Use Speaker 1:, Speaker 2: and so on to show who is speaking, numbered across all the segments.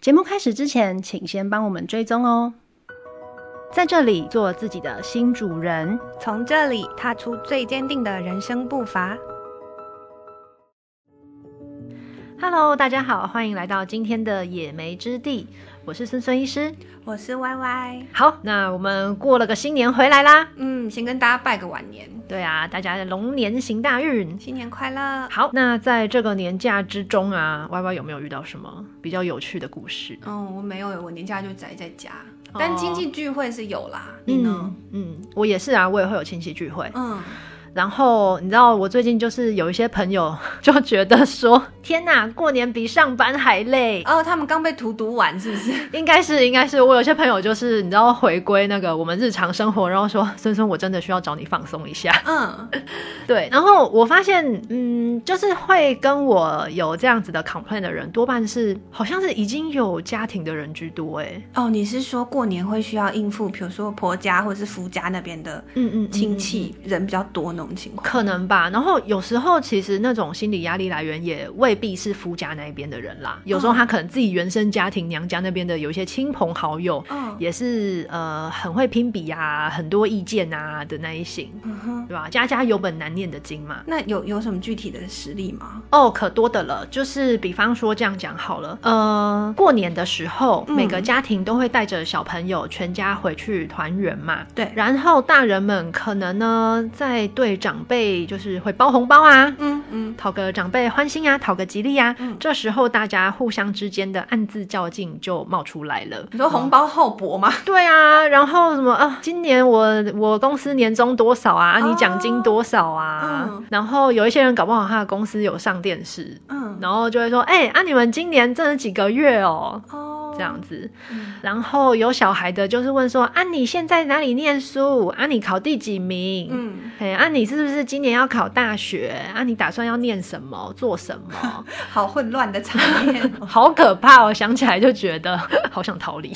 Speaker 1: 节目开始之前，请先帮我们追踪哦。在这里做自己的新主人，
Speaker 2: 从这里踏出最坚定的人生步伐。
Speaker 1: Hello，大家好，欢迎来到今天的野莓之地，我是孙孙医师。
Speaker 2: 我是 Y Y，
Speaker 1: 好，那我们过了个新年回来啦。
Speaker 2: 嗯，先跟大家拜个晚年，
Speaker 1: 对啊，大家龙年行大运。
Speaker 2: 新年快乐。
Speaker 1: 好，那在这个年假之中啊，Y Y 有没有遇到什么比较有趣的故事？
Speaker 2: 嗯，我没有，我年假就宅在家，但亲戚聚会是有啦。你呢
Speaker 1: 嗯？嗯，我也是啊，我也会有亲戚聚会。
Speaker 2: 嗯，
Speaker 1: 然后你知道，我最近就是有一些朋友 就觉得说， 天哪，过年比上班还累。
Speaker 2: 哦，他们刚被荼毒完，是不是？
Speaker 1: 应该是，应该是，我有些朋友就是你知道回归那个我们日常生活，然后说孙孙，我真的需要找你放松一下。
Speaker 2: 嗯，
Speaker 1: 对，然后我发现，嗯，就是会跟我有这样子的 complain 的人，多半是好像是已经有家庭的人居多，哎，
Speaker 2: 哦，你是说过年会需要应付，比如说婆家或者是夫家那边的
Speaker 1: 嗯嗯
Speaker 2: 亲戚人比较多那种情况？
Speaker 1: 可能吧。然后有时候其实那种心理压力来源也未必是夫家那一边的人
Speaker 2: 哦
Speaker 1: 啦，有时候他可能自己原生家庭娘家那边的有一些亲朋好友，
Speaker 2: 嗯
Speaker 1: 也是呃很会拼比啊，很多意见啊的那一型，
Speaker 2: 嗯哼，
Speaker 1: 对吧？家家有本难念的经嘛。
Speaker 2: 那有有什么具体的实例吗？
Speaker 1: 哦，可多的了。就是比方说这样讲好了，呃，过年的时候，
Speaker 2: 嗯
Speaker 1: 每个家庭都会带着小朋友全家回去团圆嘛。
Speaker 2: 对，
Speaker 1: 然后大人们可能呢，在对长辈就是会包红包啊，
Speaker 2: 嗯嗯，
Speaker 1: 讨个长辈欢心啊，讨个吉利啊。
Speaker 2: 嗯
Speaker 1: 这时候大家互相之间的暗自较劲就冒出来了。
Speaker 2: 你说红包厚薄吗？
Speaker 1: 对啊，然后什么啊？今年我我公司年终多少啊？啊你奖金多少啊？
Speaker 2: 嗯
Speaker 1: 然后有一些人搞不好他的公司有上电视，
Speaker 2: 嗯，
Speaker 1: 然后就会说，哎、啊，你们今年挣了几个月哦？
Speaker 2: 哦，
Speaker 1: 这样子，
Speaker 2: 嗯，
Speaker 1: 然后有小孩的，就是问说，啊，你现在哪里念书？啊，你考第几名？嗯
Speaker 2: 嗯，
Speaker 1: 哎，啊，你是不是今年要考大学？啊，你打算要念什么，做什 么？
Speaker 2: 好混乱的场面。
Speaker 1: 好可怕哦！想起来就觉得好想逃离。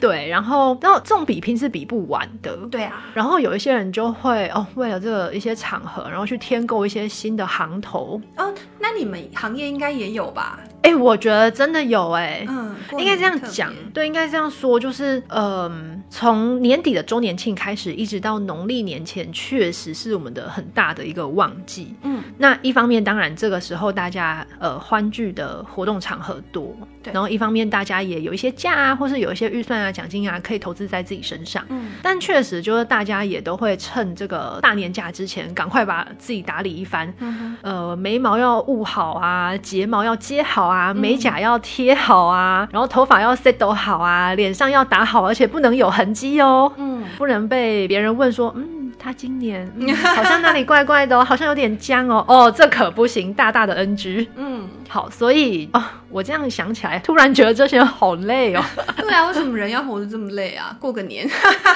Speaker 1: 对，然后，然后这种比拼是比不完的。
Speaker 2: 对啊，
Speaker 1: 然后有一些人就会哦，为了这个一些场合，然后去添购一些新的行头。
Speaker 2: 哦，那你们行业应该也有吧？
Speaker 1: 哎，我觉得真的有哎、
Speaker 2: 嗯，过
Speaker 1: 应该
Speaker 2: 年
Speaker 1: 这样
Speaker 2: 特别
Speaker 1: 讲，对，应该这样说，就是嗯，从年底的周年庆开始，一直到农历年前，确实是我们的很大的一个旺季。
Speaker 2: 嗯，
Speaker 1: 那一方面，当然这个时候大家呃欢聚的活动场合多，
Speaker 2: 对
Speaker 1: 然后一方面大家也有一些假啊，或是有一些预算啊、奖金啊，可以投资在自己身上。
Speaker 2: 嗯，
Speaker 1: 但确实就是大家也都会趁这个大年假之前，赶快把自己打理一番。
Speaker 2: 嗯
Speaker 1: 呃，眉毛要雾好啊，睫毛要接好啊，美甲要贴好啊，然后头发要 set 好啊，脸上要打好，而且不能有痕迹哦，
Speaker 2: 嗯，
Speaker 1: 不能被别人问说，嗯，他今年、嗯好像哪里怪怪的哦，好像有点僵哦，哦，这可不行，大大的 NG。
Speaker 2: 嗯，
Speaker 1: 好，所以哦，我这样想起来，突然觉得这些人好累哦。
Speaker 2: 对啊，为什么人要活得这么累啊？过个年，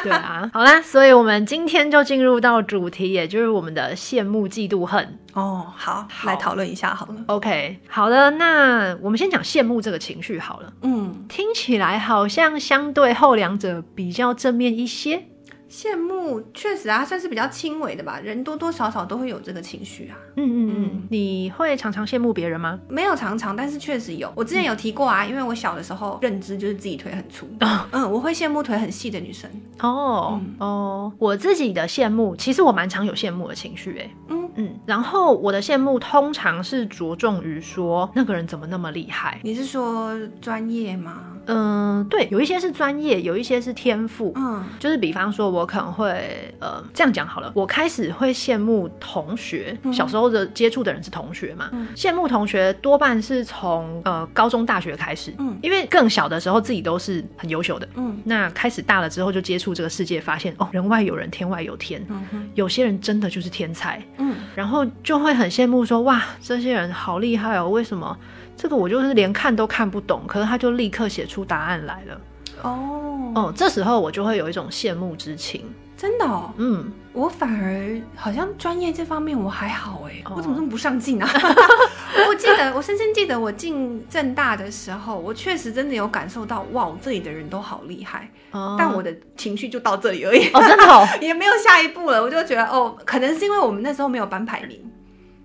Speaker 1: 对啊，好啦，所以我们今天就进入到主题，也就是我们的羡慕、嫉妒、恨。
Speaker 2: 哦，好，
Speaker 1: 好
Speaker 2: 来讨论一下好了。
Speaker 1: OK，好的，那我们先讲羡慕这个情绪好了。
Speaker 2: 嗯，
Speaker 1: 听起来好像相对后两者比较正面一些。
Speaker 2: 羡慕确实啊，它算是比较轻微的吧，人多多少少都会有这个情绪啊。
Speaker 1: 嗯嗯嗯
Speaker 2: 嗯，
Speaker 1: 你会常常羡慕别人吗？
Speaker 2: 没有常常，但是确实有。我之前有提过啊，因为我小的时候认知就是自己腿很粗，嗯，我会羡慕腿很细的女生。
Speaker 1: 哦、
Speaker 2: 嗯
Speaker 1: 哦，我自己的羡慕，其实我蛮常有羡慕的情绪、欸，
Speaker 2: 嗯
Speaker 1: 嗯，然后我的羡慕通常是着重于说那个人怎么那么厉害，
Speaker 2: 你是说专业吗？
Speaker 1: 嗯、对，有一些是专业，有一些是天赋，
Speaker 2: 嗯
Speaker 1: 就是比方说，我可能会呃这样讲好了，我开始会羡慕同学，
Speaker 2: 嗯
Speaker 1: 小时候的接触的人是同学嘛，
Speaker 2: 嗯
Speaker 1: 羡慕同学多半是从呃高中、大学开始，
Speaker 2: 嗯
Speaker 1: 因为更小的时候自己都是很优秀的，
Speaker 2: 嗯
Speaker 1: 那开始大了之后就接触这个世界，发现哦人外有人，天外有天，
Speaker 2: 嗯哼
Speaker 1: 有些人真的就是天才，
Speaker 2: 嗯
Speaker 1: 然后就会很羡慕说哇这些人好厉害哦，为什么这个我就是连看都看不懂，可是他就立刻写出答案来了，
Speaker 2: 哦
Speaker 1: 哦、这时候我就会有一种羡慕之情，
Speaker 2: 真的哦，
Speaker 1: 嗯。
Speaker 2: 我反而好像专业这方面我还好哎、
Speaker 1: 哦
Speaker 2: 我怎么这么不上进啊？ 我记得，我深深记得我进正大的时候，我确实真的有感受到，哇，我这里的人都好厉害，
Speaker 1: 哦
Speaker 2: 但我的情绪就到这里而已，
Speaker 1: 哦，真的、哦，
Speaker 2: 也没有下一步了。我就觉得，哦，可能是因为我们那时候没有班排名，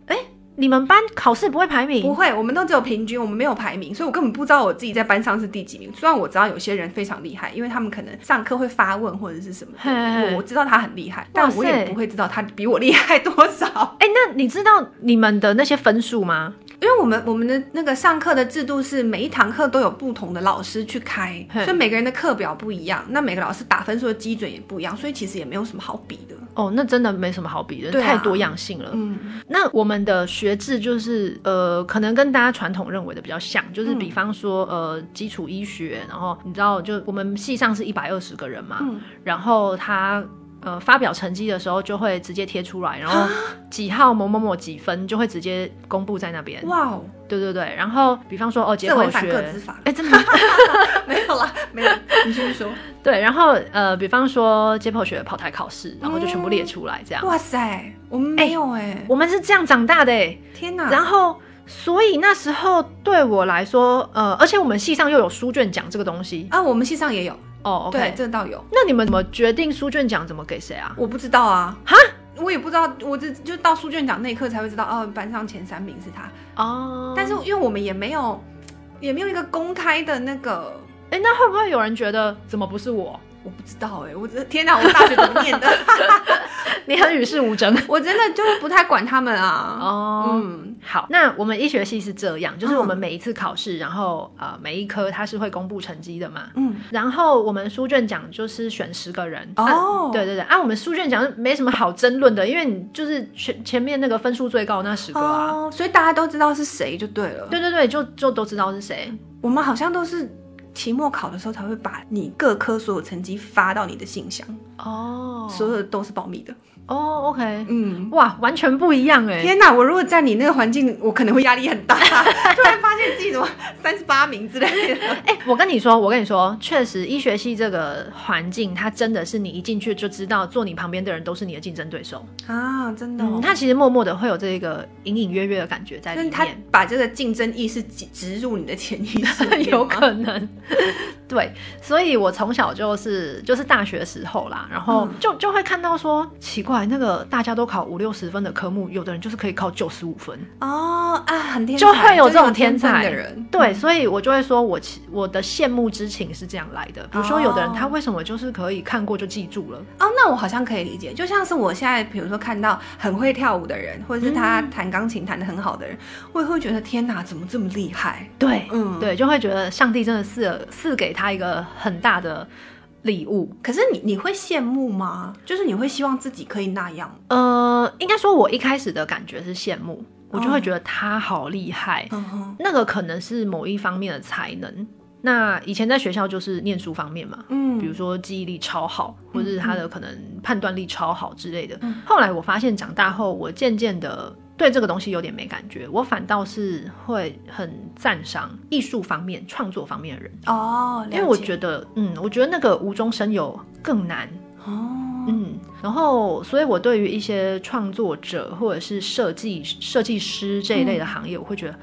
Speaker 1: 你们班考试不会排名？
Speaker 2: 不会，我们都只有平均，我们没有排名，所以我根本不知道我自己在班上是第几名。虽然我知道有些人非常厉害，因为他们可能上课会发问或者是 什么的，
Speaker 1: 嘿嘿嘿
Speaker 2: 我知道他很厉害，但我也不会知道他比我厉害多少。
Speaker 1: 哎、那你知道你们的那些分数吗？
Speaker 2: 因为我们我们的那个上课的制度是每一堂课都有不同的老师去开，
Speaker 1: 嘿
Speaker 2: 所以每个人的课表不一样，那每个老师打分数的基准也不一样，所以其实也没有什么好比的。
Speaker 1: 哦，那真的没什么好比的，
Speaker 2: 对啊
Speaker 1: 太多样性了。
Speaker 2: 嗯，
Speaker 1: 那我们的学制就是呃，可能跟大家传统认为的比较像，就是
Speaker 2: 嗯
Speaker 1: 比方说、呃，基础医学，然后你知道，就我们系上是一百二十个人嘛，
Speaker 2: 嗯
Speaker 1: 然后他。呃，发表成绩的时候就会直接贴出来，然后几号某某某几分就会直接公布在那边。
Speaker 2: 哇 哦，
Speaker 1: 对对对，然后比方说哦，解
Speaker 2: 这
Speaker 1: 剖
Speaker 2: 违反
Speaker 1: 学，
Speaker 2: 个资法了。
Speaker 1: 哎，真的
Speaker 2: 没有啦，没有，你继续说。
Speaker 1: 对，然后呃，比方说解剖学跑台考试，然后就全部列出来这样。
Speaker 2: 哇塞，我们没有哎、
Speaker 1: 我们是这样长大的哎、
Speaker 2: 天哪！
Speaker 1: 然后，所以那时候对我来说，呃，而且我们系上又有书卷奖这个东西
Speaker 2: 啊，我们系上也有
Speaker 1: 哦。
Speaker 2: 对，
Speaker 1: OK，
Speaker 2: 这倒有。
Speaker 1: 那你们怎么决定书卷奖怎么给谁啊？
Speaker 2: 我不知道啊，
Speaker 1: 哈，
Speaker 2: 我也不知道，我这就到书卷奖那一刻才会知道，哦，班上前三名是他。
Speaker 1: 哦
Speaker 2: 但是因为我们也没有，也没有一个公开的那个，
Speaker 1: 哎，那会不会有人觉得怎么不是我？
Speaker 2: 我不知道哎、我这天哪，我大学怎么念的？
Speaker 1: 你很与世无争
Speaker 2: 我真的就不太管他们啊。
Speaker 1: 哦。
Speaker 2: 嗯，
Speaker 1: 好，那我们医学系是这样，就是我们
Speaker 2: 嗯
Speaker 1: 每一次考试，然后呃每一科它是会公布成绩的嘛。
Speaker 2: 嗯，
Speaker 1: 然后我们书卷奖就是选十个人
Speaker 2: 哦
Speaker 1: 啊对对对啊，我们书卷奖是没什么好争论的，因为你就是前前面那个分数最高的那十个啊，
Speaker 2: 哦，所以大家都知道是谁就对了。
Speaker 1: 对对对，就就都知道是谁。
Speaker 2: 我们好像都是期末考的时候才会把你各科所有成绩发到你的信箱，
Speaker 1: 哦
Speaker 2: 所有的都是保密的。
Speaker 1: 哦，OK，
Speaker 2: 嗯，
Speaker 1: 哇，完全不一样哎。
Speaker 2: 天哪！我如果在你那个环境，我可能会压力很大， 突然发现自己怎么三十八名之 类的。
Speaker 1: 哎、我跟你说，我跟你说，确实医学系这个环境，它真的是你一进去就知道，坐你旁边的人都是你的竞争对手。
Speaker 2: 啊，真的、
Speaker 1: 嗯，
Speaker 2: 哦，
Speaker 1: 它其实默默的会有这个隐隐约约的感觉在
Speaker 2: 就是
Speaker 1: 里
Speaker 2: 他
Speaker 1: 面，
Speaker 2: 把这个竞争意识植植入你的潜意识里面吗，
Speaker 1: 有可能。对，所以我从小就是就是大学时候啦，然后
Speaker 2: 嗯
Speaker 1: 就就会看到说，奇怪，那个大家都考五六十分的科目，有的人就是可以考九十五分。
Speaker 2: 哦啊，很天才
Speaker 1: 就会有这种
Speaker 2: 天
Speaker 1: 天才
Speaker 2: 分的人。
Speaker 1: 对，所以我就会说我其我的羡慕之情是这样来的。比如说，有的人
Speaker 2: 哦
Speaker 1: 他为什么就是可以看过就记住了？
Speaker 2: 哦，那我好像可以理解，就像是我现在，比如说看到很会跳舞的人，或者是他
Speaker 1: 嗯
Speaker 2: 弹钢琴弹得很好的人，我也会觉得天哪，怎么这么厉害？
Speaker 1: 对，
Speaker 2: 嗯，。
Speaker 1: 对，就会觉得上帝真的赐了赐给他一个很大的礼物。
Speaker 2: 可是你你会羡慕吗？就是你会希望自己可以那样？
Speaker 1: 呃，应该说，我一开始的感觉是羡慕，我就会
Speaker 2: 哦
Speaker 1: 觉得他好厉害。
Speaker 2: 嗯哼，
Speaker 1: 那个可能是某一方面的才能。那以前在学校就是念书方面嘛，
Speaker 2: 嗯
Speaker 1: 比如说记忆力超好，或者是他的可能判断力超好之类的
Speaker 2: 嗯。
Speaker 1: 后来我发现长大后，我渐渐的对这个东西有点没感觉，我反倒是会很赞赏艺术方面、创作方面的人，
Speaker 2: 哦，
Speaker 1: 因为我
Speaker 2: 得
Speaker 1: 觉得，嗯，我觉得那个无中生有更难。
Speaker 2: 哦，
Speaker 1: 嗯，然后，所以我对于一些创作者或者是设计设计师这一类的
Speaker 2: 嗯
Speaker 1: 行业，我会觉得，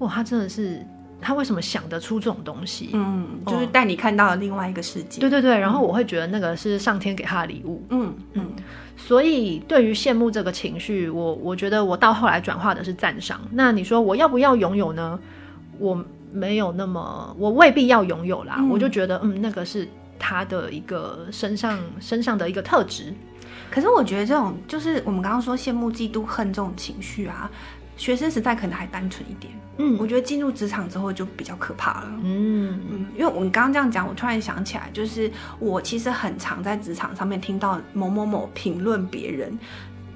Speaker 1: 哇，他真的是他为什么想得出这种东西？
Speaker 2: 嗯，就是带你看到了另外一个世界。
Speaker 1: 哦对，对对，然后我会觉得那个是上天给他的礼物。
Speaker 2: 嗯嗯，
Speaker 1: 所以对于羡慕这个情绪，我我觉得我到后来转化的是赞赏。那你说我要不要拥有呢？我没有那么，我未必要拥有啦。
Speaker 2: 嗯
Speaker 1: 我就觉得，嗯，那个是他的一个身上身上的一个特质。
Speaker 2: 可是我觉得这种就是我们刚刚说羡慕、嫉妒、恨这种情绪啊，学生时代可能还单纯一点，我
Speaker 1: 嗯
Speaker 2: 觉得进入职场之后就比较可怕了。
Speaker 1: 嗯
Speaker 2: 嗯，因为我们刚刚这样讲，我突然想起来，就是我其实很常在职场上面听到某某某评论别人，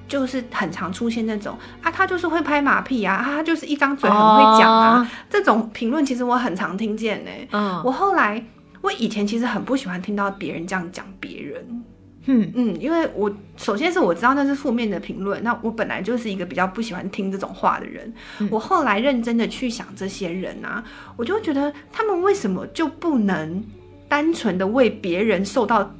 Speaker 2: 就是很常出现那种啊，他就是会拍马屁啊，啊他就是一张嘴很会讲啊，
Speaker 1: 哦
Speaker 2: 这种评论其实我很常听见欸呢、
Speaker 1: 嗯，
Speaker 2: 我后来，我以前其实很不喜欢听到别人这样讲别人，
Speaker 1: 嗯
Speaker 2: 嗯，因为我首先是我知道那是负面的评论，那我本来就是一个比较不喜欢听这种话的人。
Speaker 1: 嗯
Speaker 2: 我后来认真的去想这些人啊，我就觉得他们为什么就不能单纯的为别人受到，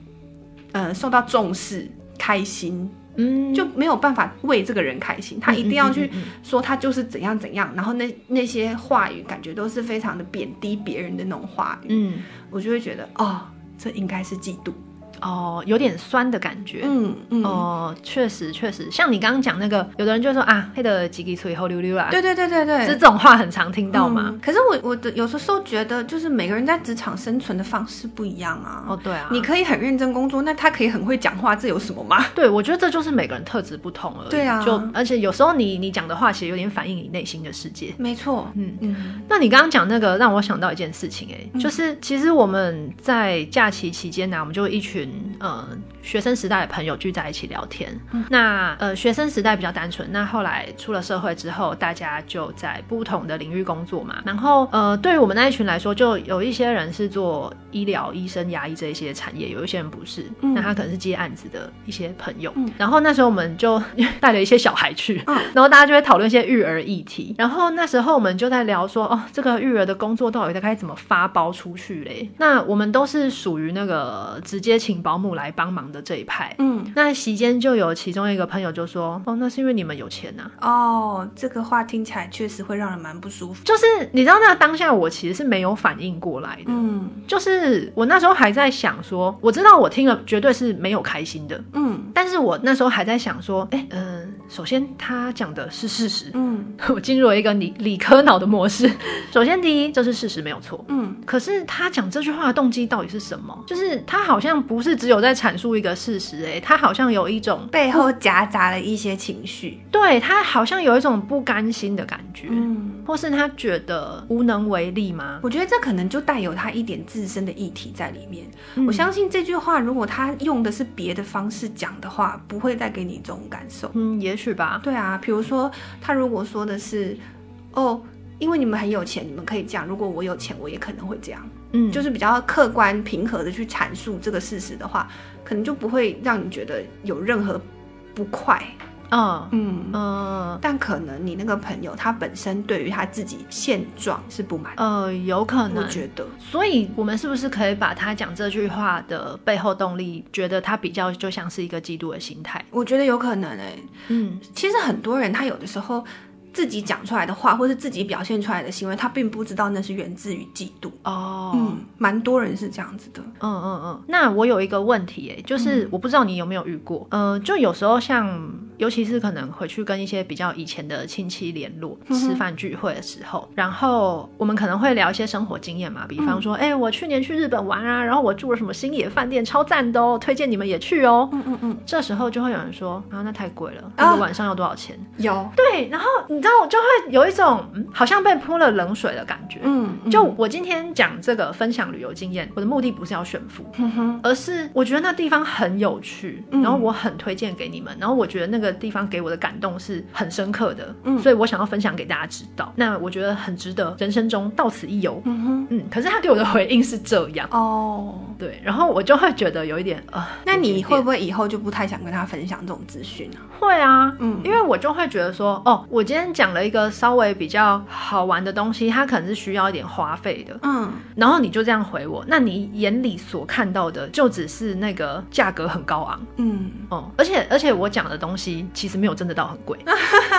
Speaker 2: 呃，受到重视、开心，
Speaker 1: 嗯，
Speaker 2: 就没有办法为这个人开心，他一定要去
Speaker 1: 嗯嗯嗯
Speaker 2: 说他就是怎样怎样，然后那那些话语感觉都是非常的贬低别人的那种话语，
Speaker 1: 嗯
Speaker 2: 我就会觉得哦，这应该是嫉妒。
Speaker 1: 哦、有点酸的感觉。
Speaker 2: 嗯嗯，
Speaker 1: 哦，确实确实，像你刚刚讲那个，有的人就说啊，黑的几滴水后溜溜啦，
Speaker 2: 对对对对对，
Speaker 1: 这种话很常听到嘛。
Speaker 2: 嗯可是我我的有时候觉得，就是每个人在职场生存的方式不一样啊。
Speaker 1: 哦，对啊，
Speaker 2: 你可以很认真工作，那他可以很会讲话，这有什么吗？
Speaker 1: 对，我觉得这就是每个人特质不同而已。
Speaker 2: 对啊
Speaker 1: 就而且有时候你你讲的话，其实有点反映你内心的世界。
Speaker 2: 没错，
Speaker 1: 嗯
Speaker 2: 嗯
Speaker 1: 那你刚刚讲那个，让我想到一件事情、哎、
Speaker 2: 嗯
Speaker 1: 就是其实我们在假期期间啊呢、我们就一群呃学生时代的朋友聚在一起聊天。
Speaker 2: 嗯
Speaker 1: 那呃学生时代比较单纯，那后来出了社会之后，大家就在不同的领域工作嘛。然后呃，对于我们那一群来说，就有一些人是做医疗、医生、牙医这一些产业，有一些人不是，
Speaker 2: 嗯
Speaker 1: 那他可能是接案子的一些朋友。
Speaker 2: 嗯
Speaker 1: 然后那时候我们就 带了一些小孩去，
Speaker 2: 嗯
Speaker 1: 然后大家就会讨论一些育儿议题。然后那时候我们就在聊说，哦，这个育儿的工作到底该怎么发包出去嘞？那我们都是属于那个直接请保姆来帮忙的这一派。
Speaker 2: 嗯，
Speaker 1: 那席间就有其中一个朋友就说，哦，那是因为你们有钱呐、啊
Speaker 2: 哦，这个话听起来确实会让人蛮不舒服。
Speaker 1: 就是你知道，那当下我其实是没有反应过来的。
Speaker 2: 嗯
Speaker 1: 就是我那时候还在想说，我知道我听了绝对是没有开心的，
Speaker 2: 嗯
Speaker 1: 但是我那时候还在想说，哎、嗯、首先他讲的是事实，
Speaker 2: 嗯
Speaker 1: 我进入了一个理理科脑的模式。首先，第一，这是事实没有错。
Speaker 2: 嗯
Speaker 1: 可是他讲这句话的动机到底是什么？就是他好像不是只有在阐述一个事实、欸，他好像有一种
Speaker 2: 背后夹杂了一些情绪。
Speaker 1: 对他好像有一种不甘心的感觉，
Speaker 2: 嗯，
Speaker 1: 或是他觉得无能为力吗？
Speaker 2: 我觉得这可能就带有他一点自身的议题在里面。我
Speaker 1: 嗯
Speaker 2: 相信这句话，如果他用的是别的方式讲的话，不会带给你这种感受。
Speaker 1: 嗯，也许吧。
Speaker 2: 对啊，比如说他如果说的是，哦，因为你们很有钱，你们可以这样；如果我有钱，我也可能会这样，
Speaker 1: 嗯，
Speaker 2: 就是比较客观平和的去阐述这个事实的话，可能就不会让你觉得有任何不快。
Speaker 1: 嗯
Speaker 2: 嗯，
Speaker 1: 呃
Speaker 2: 但可能你那个朋友他本身对于他自己现状是不满，
Speaker 1: 呃，有可
Speaker 2: 我
Speaker 1: 能。
Speaker 2: 觉得，
Speaker 1: 所以，我们是不是可以把他讲这句话的背后动力，觉得他比较就像是一个嫉妒的心态？
Speaker 2: 我觉得有可能哎、
Speaker 1: 嗯
Speaker 2: 其实很多人他有的时候。自己讲出来的话，或是自己表现出来的行为，他并不知道那是源自于嫉妒。
Speaker 1: 哦，
Speaker 2: 嗯，蛮多人是这样子的。
Speaker 1: 嗯嗯嗯，那我有一个问题、哎，就是我不知道你有没有遇过，呃，就有时候像，尤其是可能回去跟一些比较以前的亲戚联络，
Speaker 2: 嗯哼
Speaker 1: 吃饭聚会的时候，然后我们可能会聊一些生活经验嘛，比方说，哎、我去年去日本玩啊，然后我住了什么星野饭店，超赞的哦，推荐你们也去哦。
Speaker 2: 嗯嗯嗯，
Speaker 1: 这时候就会有人说啊，那太贵了，一
Speaker 2: 啊
Speaker 1: 个晚上要多少钱？
Speaker 2: 有，
Speaker 1: 对，然后你知道，我就会有一种、嗯、好像被泼了冷水的感觉。
Speaker 2: 嗯
Speaker 1: 就
Speaker 2: 就
Speaker 1: 我今天讲这个分享旅游经验，我的目的不是要炫富，
Speaker 2: 哼嗯哼，
Speaker 1: 而是我觉得那地方很有趣，
Speaker 2: 嗯
Speaker 1: 然后我很推荐给你们，然后我觉得那个地方给我的感动是很深刻的，
Speaker 2: 嗯
Speaker 1: 所以我想要分享给大家知道。那我觉得很值得，人生中到此一游。
Speaker 2: 嗯哼，
Speaker 1: 嗯，可是他给我的回应是这样，
Speaker 2: 哦，
Speaker 1: 对，然后我就会觉得有一点啊、呃
Speaker 2: 那
Speaker 1: 有
Speaker 2: 你
Speaker 1: 一
Speaker 2: 会
Speaker 1: 点
Speaker 2: 不会以后就不太想跟他分享这种资讯啊？
Speaker 1: 会啊？
Speaker 2: 嗯
Speaker 1: 因为我就会觉得说，哦，我今天讲了一个稍微比较好玩的东西，它可能是需要一点花费的，
Speaker 2: 嗯，
Speaker 1: 然后你就这样回我，那你眼里所看到的就只是那个价格很高昂，
Speaker 2: 嗯
Speaker 1: 哦、而且而且我讲的东西其实没有真的到很 贵，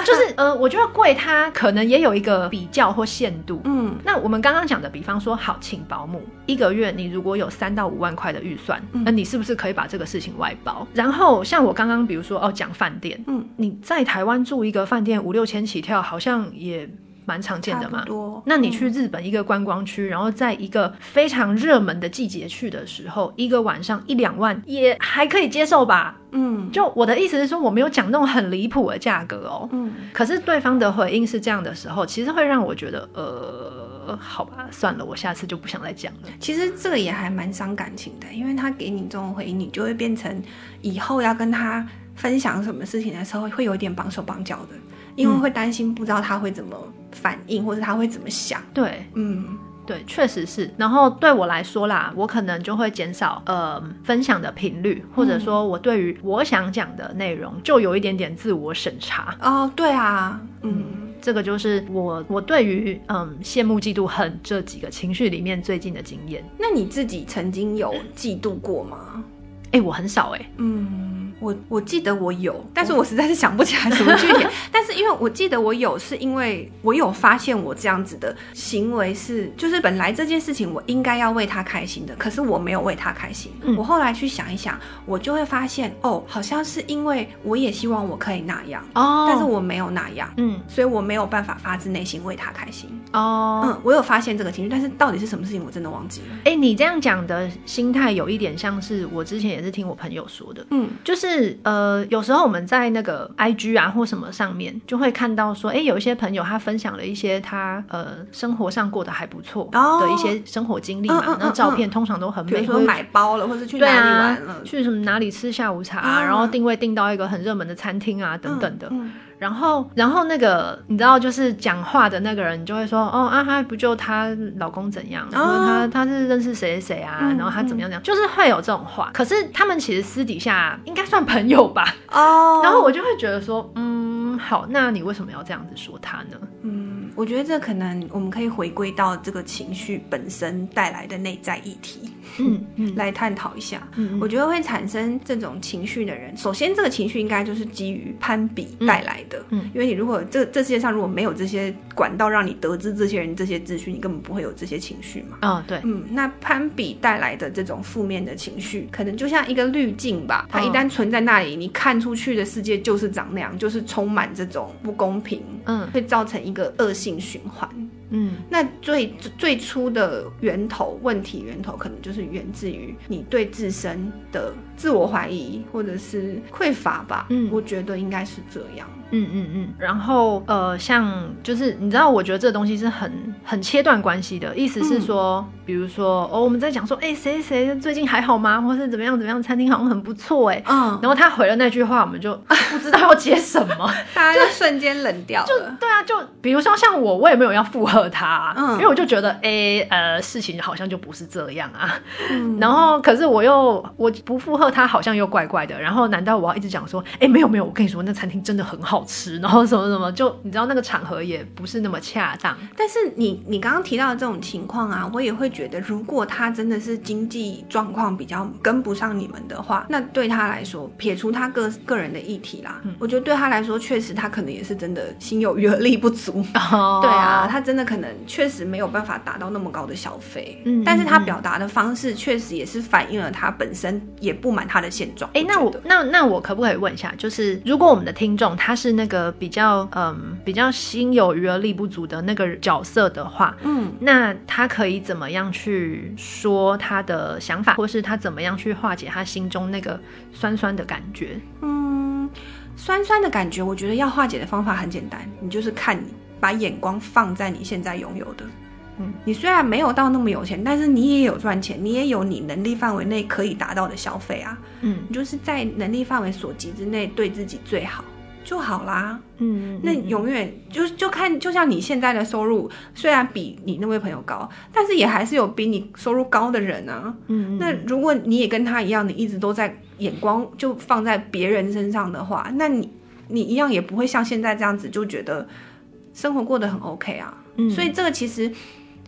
Speaker 1: 就是呃，我觉得贵它可能也有一个比较或限度。
Speaker 2: 嗯
Speaker 1: 那我们刚刚讲的，比方说好，请保姆一个月，你如果有三到五万块的预算，
Speaker 2: 嗯
Speaker 1: 那你是不是可以把这个事情外包？然后像我刚刚比如说哦讲饭店，
Speaker 2: 嗯，
Speaker 1: 你在台湾住一个饭店五六千起跳，好像也蛮常见
Speaker 2: 差
Speaker 1: 的
Speaker 2: 不
Speaker 1: 嘛。
Speaker 2: 多。
Speaker 1: 那你去日本一个观光区，然后在一个非常热门的季节去的时候，一个晚上一两万也还可以接受吧？
Speaker 2: 嗯，
Speaker 1: 就我的意思是说，我没有讲那种很离谱的价格哦。
Speaker 2: 嗯
Speaker 1: 可是对方的回应是这样的时候，其实会让我觉得，呃，好吧，算了，我下次就不想再讲了。
Speaker 2: 嗯，其实这个也还蛮伤感情的，因为他给你这种回应，你就会变成以后要跟他分享什么事情的时候，会有一点绑手绑脚的，因为
Speaker 1: 嗯
Speaker 2: 会担心不知道他会怎么反应，或者他会怎么想。
Speaker 1: 对
Speaker 2: 嗯
Speaker 1: 对，确实是。然后对我来说啦，我可能就会减少呃分享的频率，或者说我对于我想讲的内容就有一点点自我审查。
Speaker 2: 哦，对啊，嗯
Speaker 1: 这个就是我我对于嗯羡慕、嫉妒、恨这几个情绪里面最近的经验。
Speaker 2: 那你自己曾经有嫉妒过吗？
Speaker 1: 哎、我很少哎、
Speaker 2: 嗯，我我记得我有，但
Speaker 1: 哦
Speaker 2: 是我实在是想不起来什么具体。 但是因为我记得我有，是因为我有发现我这样子的行为是，就是本来这件事情我应该要为他开心的，可是我没有为他开心。
Speaker 1: 嗯
Speaker 2: 我后来去想一想，我就会发现，哦，好像是因为我也希望我可以那样，
Speaker 1: 哦
Speaker 2: 但是我没有那样，
Speaker 1: 嗯
Speaker 2: 所以我没有办法发自内心为他开心。
Speaker 1: 哦，
Speaker 2: 嗯，我有发现这个情绪，但是到底是什么事情，我真的忘记了。
Speaker 1: 哎、你这样讲的心态有一点像是我之前也是听我朋友说的，
Speaker 2: 嗯，
Speaker 1: 就是呃，有时候我们在那个 IG 啊或什么上面就会看到说，哎、有一些朋友他分享了一些他呃生活上过得还不错
Speaker 2: 哦
Speaker 1: 的一些生活经历嘛，
Speaker 2: 嗯嗯嗯
Speaker 1: 那照片通常都很
Speaker 2: 比
Speaker 1: 美，
Speaker 2: 如说
Speaker 1: 会
Speaker 2: 买包了，或者去哪
Speaker 1: 对
Speaker 2: 里
Speaker 1: 啊
Speaker 2: 玩了，，
Speaker 1: 去什么哪里吃下午茶、啊，
Speaker 2: 嗯
Speaker 1: 然后定位定到一个很热门的餐厅啊等等的，
Speaker 2: 嗯
Speaker 1: 然后，然后那个你知道，就是讲话的那个人就会说，哦啊，她不就她老公怎样，然后她她是认识谁谁啊，
Speaker 2: 哦嗯
Speaker 1: 然后她怎么样怎么样，就是会有这种话。可是他们其实私底下应该算朋友吧。
Speaker 2: 嗯哦，
Speaker 1: 然后我就会觉得说，嗯，好，那你为什么要这样子说他呢？
Speaker 2: 嗯，我觉得这可能我们可以回归到这个情绪本身带来的内在议题
Speaker 1: 嗯嗯
Speaker 2: 来探讨一下。
Speaker 1: 嗯
Speaker 2: 我觉得会产生这种情绪的人，首先这个情绪应该就是基于攀比带来的。
Speaker 1: 嗯嗯
Speaker 2: 因为你如果这这世界上如果没有这些管道让你得知这些人这些资讯，你根本不会有这些情绪嘛。
Speaker 1: 嗯、哦，对，
Speaker 2: 嗯，那攀比带来的这种负面的情绪，可能就像一个滤镜吧，它一
Speaker 1: 嗯
Speaker 2: 旦存在那里，你看出去的世界就是长那样，就是充满这种不公平，
Speaker 1: 嗯
Speaker 2: 会造成一个恶性循环。
Speaker 1: 嗯
Speaker 2: 那最最初的源头问题源头，可能就是源自于你对自身的自我怀疑或者是匮乏吧。
Speaker 1: 嗯
Speaker 2: 我觉得应该是这样。
Speaker 1: 嗯嗯嗯。然后呃，像就是你知道，我觉得这个东西是很很切断关系的，意思是说，比如说哦，我们在讲说，哎、谁谁最近还好吗？或是怎么样怎么样，餐厅好像很不错哎、
Speaker 2: 嗯，
Speaker 1: 然后他回了那句话，我们就不知道要接什么。
Speaker 2: 大家就瞬间冷掉
Speaker 1: 就
Speaker 2: 了。
Speaker 1: 对啊，就比如说像我，我也没有要附和他啊、
Speaker 2: 嗯
Speaker 1: 因为我就觉得，哎、呃，事情好像就不是这样啊。
Speaker 2: 嗯
Speaker 1: 然后可是我又我不附和他，好像又怪怪的。然后难道我要一直讲说，哎，没有没有，我跟你说那餐厅真的很好吃，然后什么什么，就你知道那个场合也不是那么恰当。
Speaker 2: 但是你你刚刚提到的这种情况啊，我也会觉得，如果他真的是经济状况比较跟不上你们的话，那对他来说，撇除他个个人的议题啦，我觉得对他来说，确实他可能也是真的心有余而力不足。
Speaker 1: 哦
Speaker 2: 对啊，，他真的可能确实没有办法达到那么高的消费，
Speaker 1: 嗯
Speaker 2: 但是他
Speaker 1: 嗯嗯
Speaker 2: 表达的方式确实也是反映了他本身也不满他的现状。
Speaker 1: 哎，那我
Speaker 2: 觉得
Speaker 1: 那那我可不可以问一下，就是如果我们的听众他是那个比较嗯比较心有余而力不足的那个角色的话，
Speaker 2: 嗯，
Speaker 1: 那他可以怎么样去说他的想法，或是他怎么样去化解他心中那个酸酸的感觉？
Speaker 2: 嗯，酸酸的感觉，我觉得要化解的方法很简单，你就是看你把眼光放在你现在拥有的。
Speaker 1: 嗯
Speaker 2: 嗯，你虽然没有到那么有钱，但是你也有赚钱，你也有你能力范围内可以达到的消费啊。
Speaker 1: 嗯
Speaker 2: 你就是在能力范围所及之内，对自己最好就好啦。
Speaker 1: 嗯
Speaker 2: 那永远就就看，就像你现在的收入，虽然比你那位朋友高，但是也还是有比你收入高的人啊。
Speaker 1: 嗯
Speaker 2: 那如果你也跟他一样，你一直都在眼光就放在别人身上的话，那你你一样也不会像现在这样子就觉得生活过得很 OK 啊。
Speaker 1: 嗯
Speaker 2: 所以这个其实，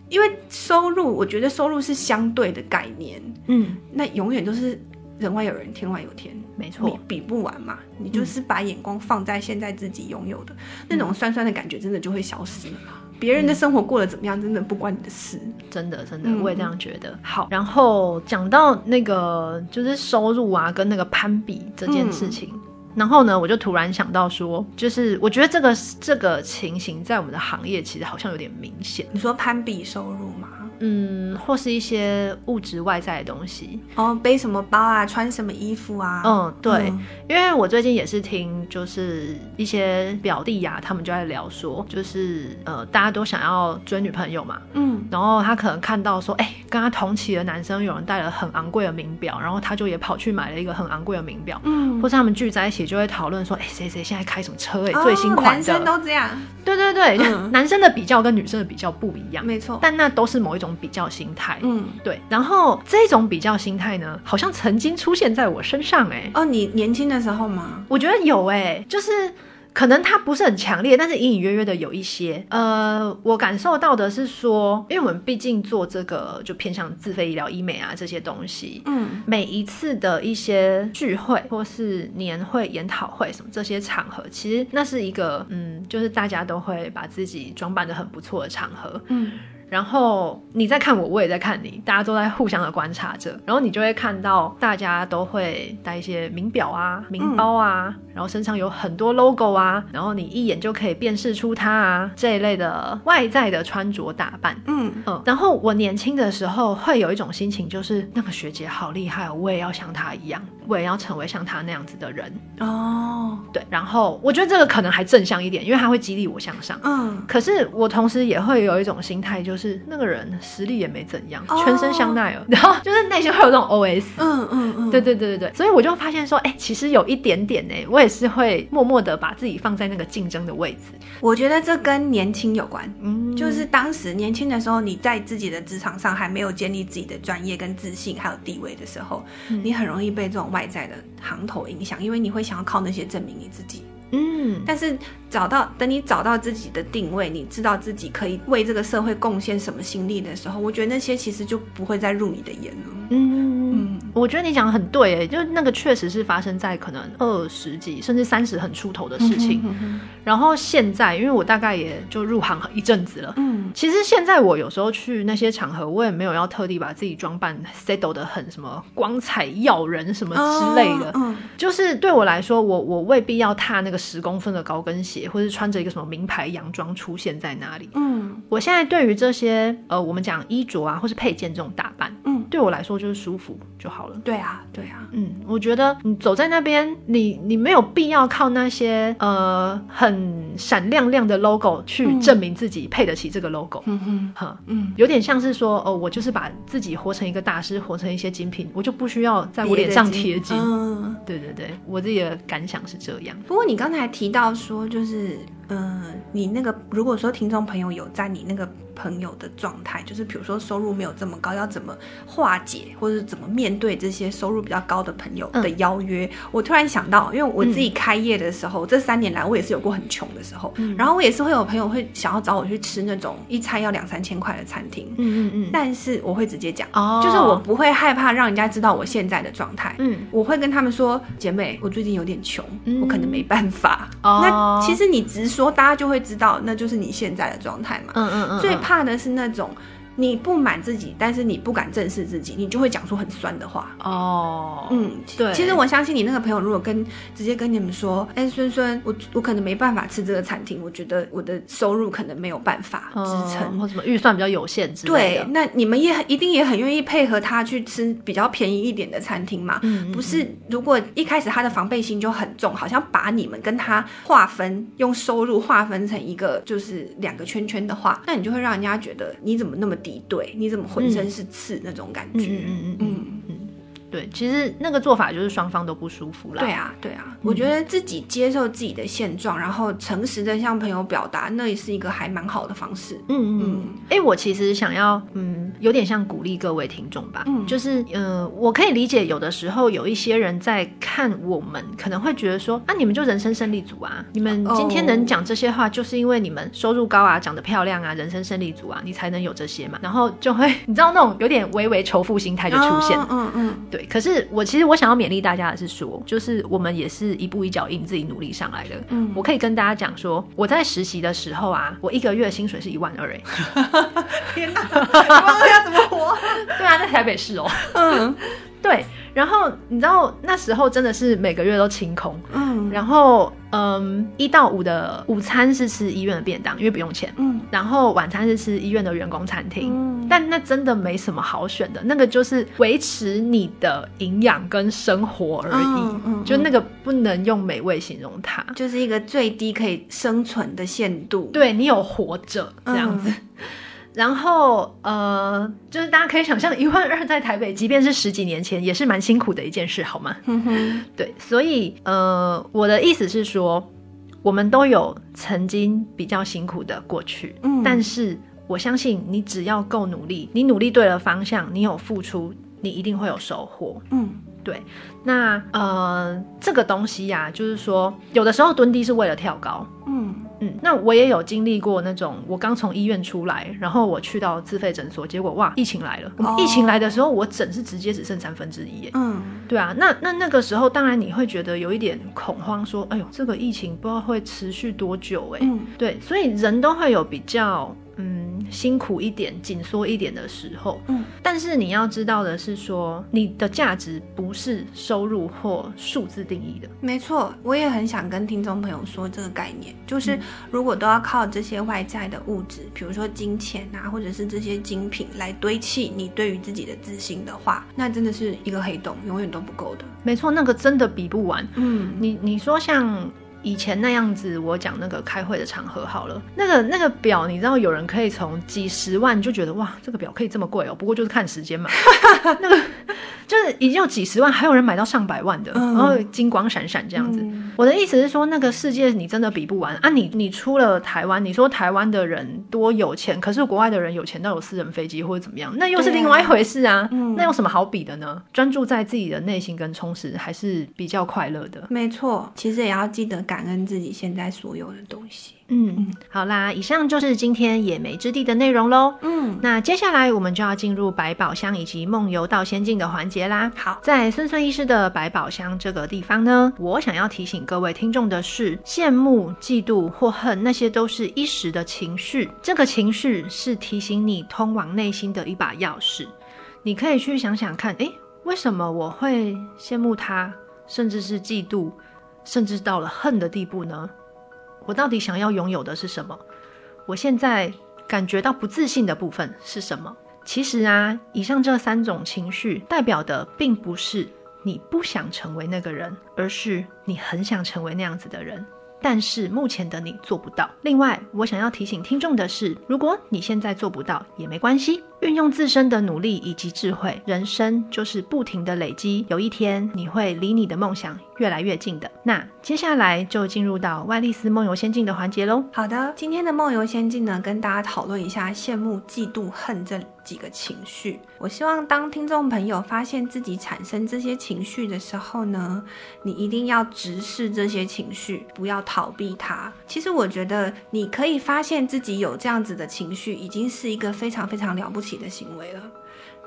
Speaker 2: 因为收入，我觉得收入是相对的概念，
Speaker 1: 嗯
Speaker 2: 那永远都是人外有人，天外有天。
Speaker 1: 没
Speaker 2: 你
Speaker 1: 错，
Speaker 2: 比不完嘛，你就是把眼光放在现在自己拥有的、那种酸酸的感觉，真的就会消失了嘛。别人的生活过得怎么样，真的不关你的事。
Speaker 1: 真的真的，
Speaker 2: 嗯
Speaker 1: 我也这样觉得。好，然后讲到那个就是收入啊，跟那个攀比这件事情。然后呢，我就突然想到说，就是我觉得这个这个情形在我们的行业其实好像有点明显，
Speaker 2: 你说攀比收入嘛？
Speaker 1: 嗯，或是一些物质外在的东西，
Speaker 2: 哦，背什么包啊，穿什么衣服啊？
Speaker 1: 嗯，对，
Speaker 2: 嗯
Speaker 1: 因为我最近也是听，就是一些表弟呀、他们就在聊说，就是呃，大家都想要追女朋友嘛，
Speaker 2: 嗯，
Speaker 1: 然后他可能看到说，哎、跟他同期的男生有人戴了很昂贵的名表，然后他就也跑去买了一个很昂贵的名表，
Speaker 2: 嗯
Speaker 1: 或是他们聚在一起就会讨论说，哎、谁谁现在开什么车、哎、
Speaker 2: 哦
Speaker 1: 最新款
Speaker 2: 男
Speaker 1: 的，
Speaker 2: 生都这样，
Speaker 1: 对对对，
Speaker 2: 嗯
Speaker 1: 男生的比较跟女生的比较不一样，
Speaker 2: 没错。
Speaker 1: 但那都是某一种比较心态。
Speaker 2: 嗯，
Speaker 1: 对，然后这种比较心态呢，好像曾经出现在我身上、哎，
Speaker 2: 哦，你年轻的时候吗？
Speaker 1: 我觉得有哎、就是可能它不是很强烈，但是隐隐约约的有一些。呃，我感受到的是说，因为我们毕竟做这个就偏向自费医疗、医美啊这些东西，
Speaker 2: 嗯，
Speaker 1: 每一次的一些聚会或是年会、研讨会什么这些场合，其实那是一个嗯，就是大家都会把自己装扮的很不错的场合。
Speaker 2: 嗯，
Speaker 1: 然后你在看我，我也在看你，大家都在互相的观察着，然后你就会看到大家都会戴一些名表啊、名包啊，然后身上有很多 logo 啊，然后你一眼就可以辨识出它啊这一类的外在的穿着打扮。
Speaker 2: 嗯，
Speaker 1: 嗯，然后我年轻的时候会有一种心情，就是那个学姐好厉害哦，我也要像她一样，我也要成为像她那样子的人。
Speaker 2: 哦，
Speaker 1: 对，然后我觉得这个可能还正向一点，因为它会激励我向上。
Speaker 2: 嗯，
Speaker 1: 可是我同时也会有一种心态，就是那个人实力也没怎样，
Speaker 2: 哦
Speaker 1: 全身香 奈儿，然后就是内心会有这种 OS。
Speaker 2: 嗯嗯嗯，
Speaker 1: 对对对对对，所以我就发现说，哎、其实有一点点呢、我也是会默默的把自己放在那个竞争的位置，
Speaker 2: 我觉得这跟年轻有关。
Speaker 1: 嗯，
Speaker 2: 就是当时年轻的时候，你在自己的职场上还没有建立自己的专业跟自信，还有地位的时候，
Speaker 1: 嗯
Speaker 2: 你很容易被这种外在的行头影响，因为你会想要靠那些证明你自己。
Speaker 1: 嗯，
Speaker 2: 但是找到等你找到自己的定位，你知道自己可以为这个社会贡献什么心力的时候，我觉得那些其实就不会再入你的眼了。
Speaker 1: 嗯，
Speaker 2: 嗯
Speaker 1: 我觉得你讲的很对诶，就是那个确实是发生在可能二十几甚至三十很出头的嗯事
Speaker 2: 嗯
Speaker 1: 情。然后现在，因为我大概也就入行一阵子了。
Speaker 2: 嗯
Speaker 1: 其实现在我有时候去那些场合，我也没有要特地把自己装扮 settle 的很什么光彩耀人什么之类的，
Speaker 2: 嗯
Speaker 1: 就是对我来说，我我未必要踏那个十公分的高跟鞋，或是穿着一个什么名牌洋装出现在那里。
Speaker 2: 嗯
Speaker 1: 我现在对于这些呃，我们讲衣着啊，或是配件这种打扮，
Speaker 2: 嗯，
Speaker 1: 对我来说就是舒服就好了。
Speaker 2: 对啊对啊，
Speaker 1: 嗯，我觉得你走在那边，你你没有必要靠那些呃很闪亮亮的 logo 去证明自己配得起这个 logo，
Speaker 2: 嗯哼
Speaker 1: 哈、
Speaker 2: 嗯，
Speaker 1: 有点像是说哦，我就是把自己活成一个大师，活成一些精品，我就不需要在我脸上贴金。
Speaker 2: 嗯。
Speaker 1: 对对对，我自己的感想是这样。
Speaker 2: 不过你刚才提到说，就是嗯、呃你那个如果说听众朋友有在你那个朋友的状态，就是比如说收入没有这么高，要怎么化解或者怎么面对这些收入比较高的朋友的邀约？
Speaker 1: 嗯
Speaker 2: 我突然想到，因为我自己开业的时候，这三年来我也是有过很穷的时候，
Speaker 1: 嗯
Speaker 2: 然后我也是会有朋友会想要找我去吃那种一餐要两三千块的餐厅，
Speaker 1: 嗯嗯嗯，
Speaker 2: 但是我会直接讲，
Speaker 1: 哦，
Speaker 2: 就是我，不会害怕让人家知道我现在的状态，
Speaker 1: 嗯，
Speaker 2: 我会跟他们说，姐妹，我最近有点穷，
Speaker 1: 嗯
Speaker 2: 我可能没办法。
Speaker 1: 哦
Speaker 2: 那其，实你直说，大家就会知道，那就是你现在的状态嘛。
Speaker 1: 嗯嗯嗯，
Speaker 2: 最
Speaker 1: 嗯
Speaker 2: 怕的是那种你不满自己，但是你不敢正视自己，你就会讲出很酸的话。
Speaker 1: 哦，
Speaker 2: 嗯，其
Speaker 1: 对
Speaker 2: 其实我相信你那个朋友，如果跟直接跟你们说，哎、孙孙，我我可能没办法吃这个餐厅，我觉得我的收入可能没有办法支撑，
Speaker 1: 嗯或什么预算比较有限之类
Speaker 2: 对
Speaker 1: 的。，
Speaker 2: 那你们也很一定也很愿意配合他去吃比较便宜一点的餐厅嘛？
Speaker 1: 嗯嗯
Speaker 2: 不是，如果一开始他的防备心就很重，好像把你们跟他划分，用收入划分成一个就是两个圈圈的话，那你就会让人家觉得你怎么那么敌对，你怎么浑身是刺那种感
Speaker 1: 嗯
Speaker 2: 觉。
Speaker 1: 嗯嗯嗯嗯，对，其实那个做法就是双方都不舒服啦。
Speaker 2: 对啊，对
Speaker 1: 嗯
Speaker 2: 啊，我觉得自己接受自己的现状，然后诚实的向朋友表达，那也是一个还蛮好的方式。
Speaker 1: 嗯嗯
Speaker 2: 嗯，
Speaker 1: 哎、我其实想要，嗯，有点像鼓励各位听众吧，
Speaker 2: 嗯
Speaker 1: 就是，嗯、我可以理解，有的时候有一些人在看我们，可能会觉得说，啊，你们就人生胜利组啊，你们今天能讲这些话，就是因为你们收入高啊，长得漂亮啊，人生胜利组啊，你才能有这些嘛，然后就会， 你知道那种有点微微仇富心态就出现了。
Speaker 2: 嗯嗯
Speaker 1: 对，可是我其实我想要勉励大家的是说，就是我们也是一步一脚印自己努力上来的。
Speaker 2: 嗯
Speaker 1: 我可以跟大家讲说，我在实习的时候啊，我一个月薪水是一万二哎。
Speaker 2: 嗯，天哪，要怎么活？
Speaker 1: 对啊，在台北市哦。
Speaker 2: 嗯
Speaker 1: 对，然后你知道那时候真的是每个月都清空，
Speaker 2: 嗯
Speaker 1: 然后嗯，一到五的午餐是吃医院的便当，因为不用钱，
Speaker 2: 嗯。
Speaker 1: 然后晚餐是吃医院的员工餐厅。
Speaker 2: 嗯
Speaker 1: 但那真的没什么好选的，那个就是维持你的营养跟生活而已，
Speaker 2: 嗯嗯
Speaker 1: 就那个不能用美味形容它。
Speaker 2: 就是一个最低可以生存的限度。，
Speaker 1: 对你有活着这样子， 然后呃，就是大家可以想象一万二在台北，即便是十几年前，也是蛮辛苦的一件事，好吗？
Speaker 2: 嗯哼，
Speaker 1: 对，所以呃，我的意思是说，我们都有曾经比较辛苦的过去，
Speaker 2: 嗯
Speaker 1: 但是我相信你只要够努力，你努力对了方向，你有付出，你一定会有收获。
Speaker 2: 嗯
Speaker 1: 对，那呃，这个东西呀、就是说，有的时候蹲低是为了跳高。
Speaker 2: 嗯，
Speaker 1: 嗯，那我也有经历过那种，我刚从医院出来，然后我去到自费诊所，结果哇，疫情来了。我们
Speaker 2: 哦
Speaker 1: 疫情来的时候，我诊是直接只剩三分之一耶。
Speaker 2: 嗯，
Speaker 1: 对啊，那那那个时候，当然你会觉得有一点恐慌，说，哎呦，这个疫情不知道会持续多久哎。
Speaker 2: 嗯，
Speaker 1: 对，所以人都会有比较嗯辛苦一点、紧缩一点的时候。
Speaker 2: 嗯，
Speaker 1: 但是你要知道的是说，你的价值不是收入或数字定义的。
Speaker 2: 没错，我也很想跟听众朋友说这个概念，就是
Speaker 1: 嗯
Speaker 2: 如果都要靠这些外在的物质，比如说金钱啊，或者是这些精品来堆砌你对于自己的自信的话，那真的是一个黑洞，永远都不够的。
Speaker 1: 没错，那个真的比不完。
Speaker 2: 嗯，
Speaker 1: 你你说像以前那样子，我讲那个开会的场合好了，那个那个表，你知道有人可以从几十万你就觉得哇，这个表可以这么贵哦，不过就是看时间 嘛。那个就是已经有几十万，还有人买到上百万的，
Speaker 2: 嗯
Speaker 1: 然后金光闪闪这
Speaker 2: 这
Speaker 1: 样子。我的意思是说，那个世界你真的比不完啊你！你出了台湾，你说台湾的人多有钱，可是国外的人有钱到有私人飞机或者怎么样，那又是
Speaker 2: 对啊
Speaker 1: 另外一回事啊。
Speaker 2: 嗯
Speaker 1: 那有什么好比的呢？专注在自己的内心跟充实，还是比较快乐的。
Speaker 2: 没错，其实也要记得感恩自己现在所有的东西。
Speaker 1: 嗯，好啦，以上就是今天野莓之地的内容喽。
Speaker 2: 嗯，
Speaker 1: 那接下来我们就要进入百宝箱以及梦游到仙境的环节啦。
Speaker 2: 好，
Speaker 1: 在孙孙医师的百宝箱这个地方呢，我想要提醒各位听众的是，羡慕、嫉妒或恨，那些都是一时的情绪。这个情绪是提醒你通往内心的一把钥匙。你可以去想想看，诶，为什么我会羡慕他，甚至是嫉妒，甚至到了恨的地步呢？我到底想要拥有的是什么？我现在感觉到不自信的部分是什么？其实啊，以上这三种情绪代表的并不是你不想成为那个人，而是你很想成为那样子的人。但是目前的你做不到。另外，我想要提醒听众的是，如果你现在做不到也没关系，运用自身的努力以及智慧，人生就是不停的累积，有一天你会离你的梦想越来越近的。那接下来就进入到外丽丝梦游仙境的环节喽。
Speaker 2: 好的，今天的梦游仙境呢，跟大家讨论一下羡慕、嫉妒、恨这几个情绪。我希望当听众朋友发现自己产生这些情绪的时候呢，你一定要直视这些情绪，不要逃避它。其实我觉得你可以发现自己有这样子的情绪，已经是一个非常非常了不起的行为了。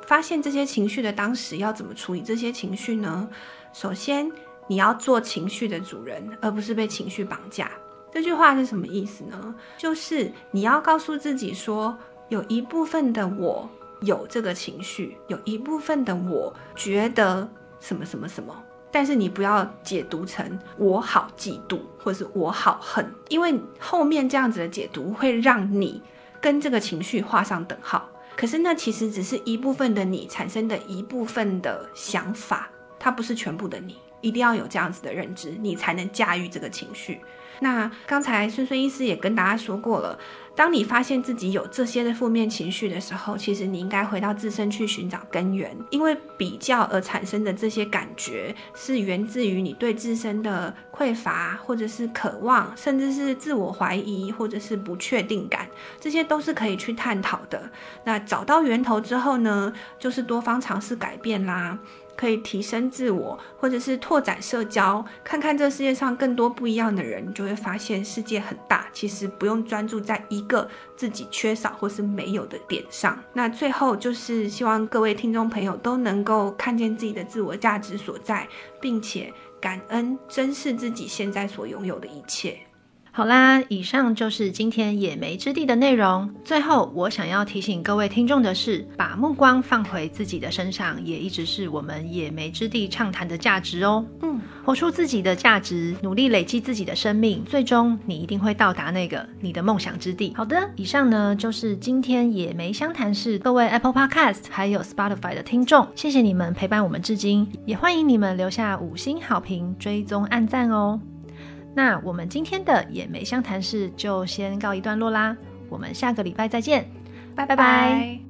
Speaker 2: 发现这些情绪的当时要怎么处理这些情绪呢？首先，你要做情绪的主人，而不是被情绪绑架。这句话是什么意思呢？就是你要告诉自己说，有一部分的我有这个情绪，有一部分的我觉得什么什么什么。但是你不要解读成我好嫉妒，或是我好恨，因为后面这样子的解读会让你跟这个情绪画上等号。可是那其实只是一部分的你产生的一部分的想法，它不是全部的你。一定要有这样子的认知，你才能驾驭这个情绪。那刚才孙孙医师也跟大家说过了，当你发现自己有这些的负面情绪的时候，其实你应该回到自身去寻找根源，因为比较而产生的这些感觉是源自于你对自身的匮乏，或者是渴望，甚至是自我怀疑，或者是不确定感，这些都是可以去探讨的。那找到源头之后呢，就是多方尝试改变啦。可以提升自我，或者是拓展社交，看看这世界上更多不一样的人，你就会发现世界很大。其实不用专注在一个自己缺少或是没有的点上。那最后就是希望各位听众朋友都能够看见自己的自我价值所在，并且感恩珍视自己现在所拥有的一切。
Speaker 1: 好啦，以上就是今天野莓之地的内容。最后，我想要提醒各位听众的是，把目光放回自己的身上，也一直是我们野莓之地畅谈的价值哦。
Speaker 2: 嗯，
Speaker 1: 活出自己的价值，努力累积自己的生命，最终你一定会到达那个你的梦想之地。好的，以上呢就是今天野莓相谈室各位 Apple Podcast 还有 Spotify 的听众，谢谢你们陪伴我们至今，也欢迎你们留下五星好评、追踪、按赞哦。那我们今天的野莓相谈室就先告一段落啦，我们下个礼拜再见，拜拜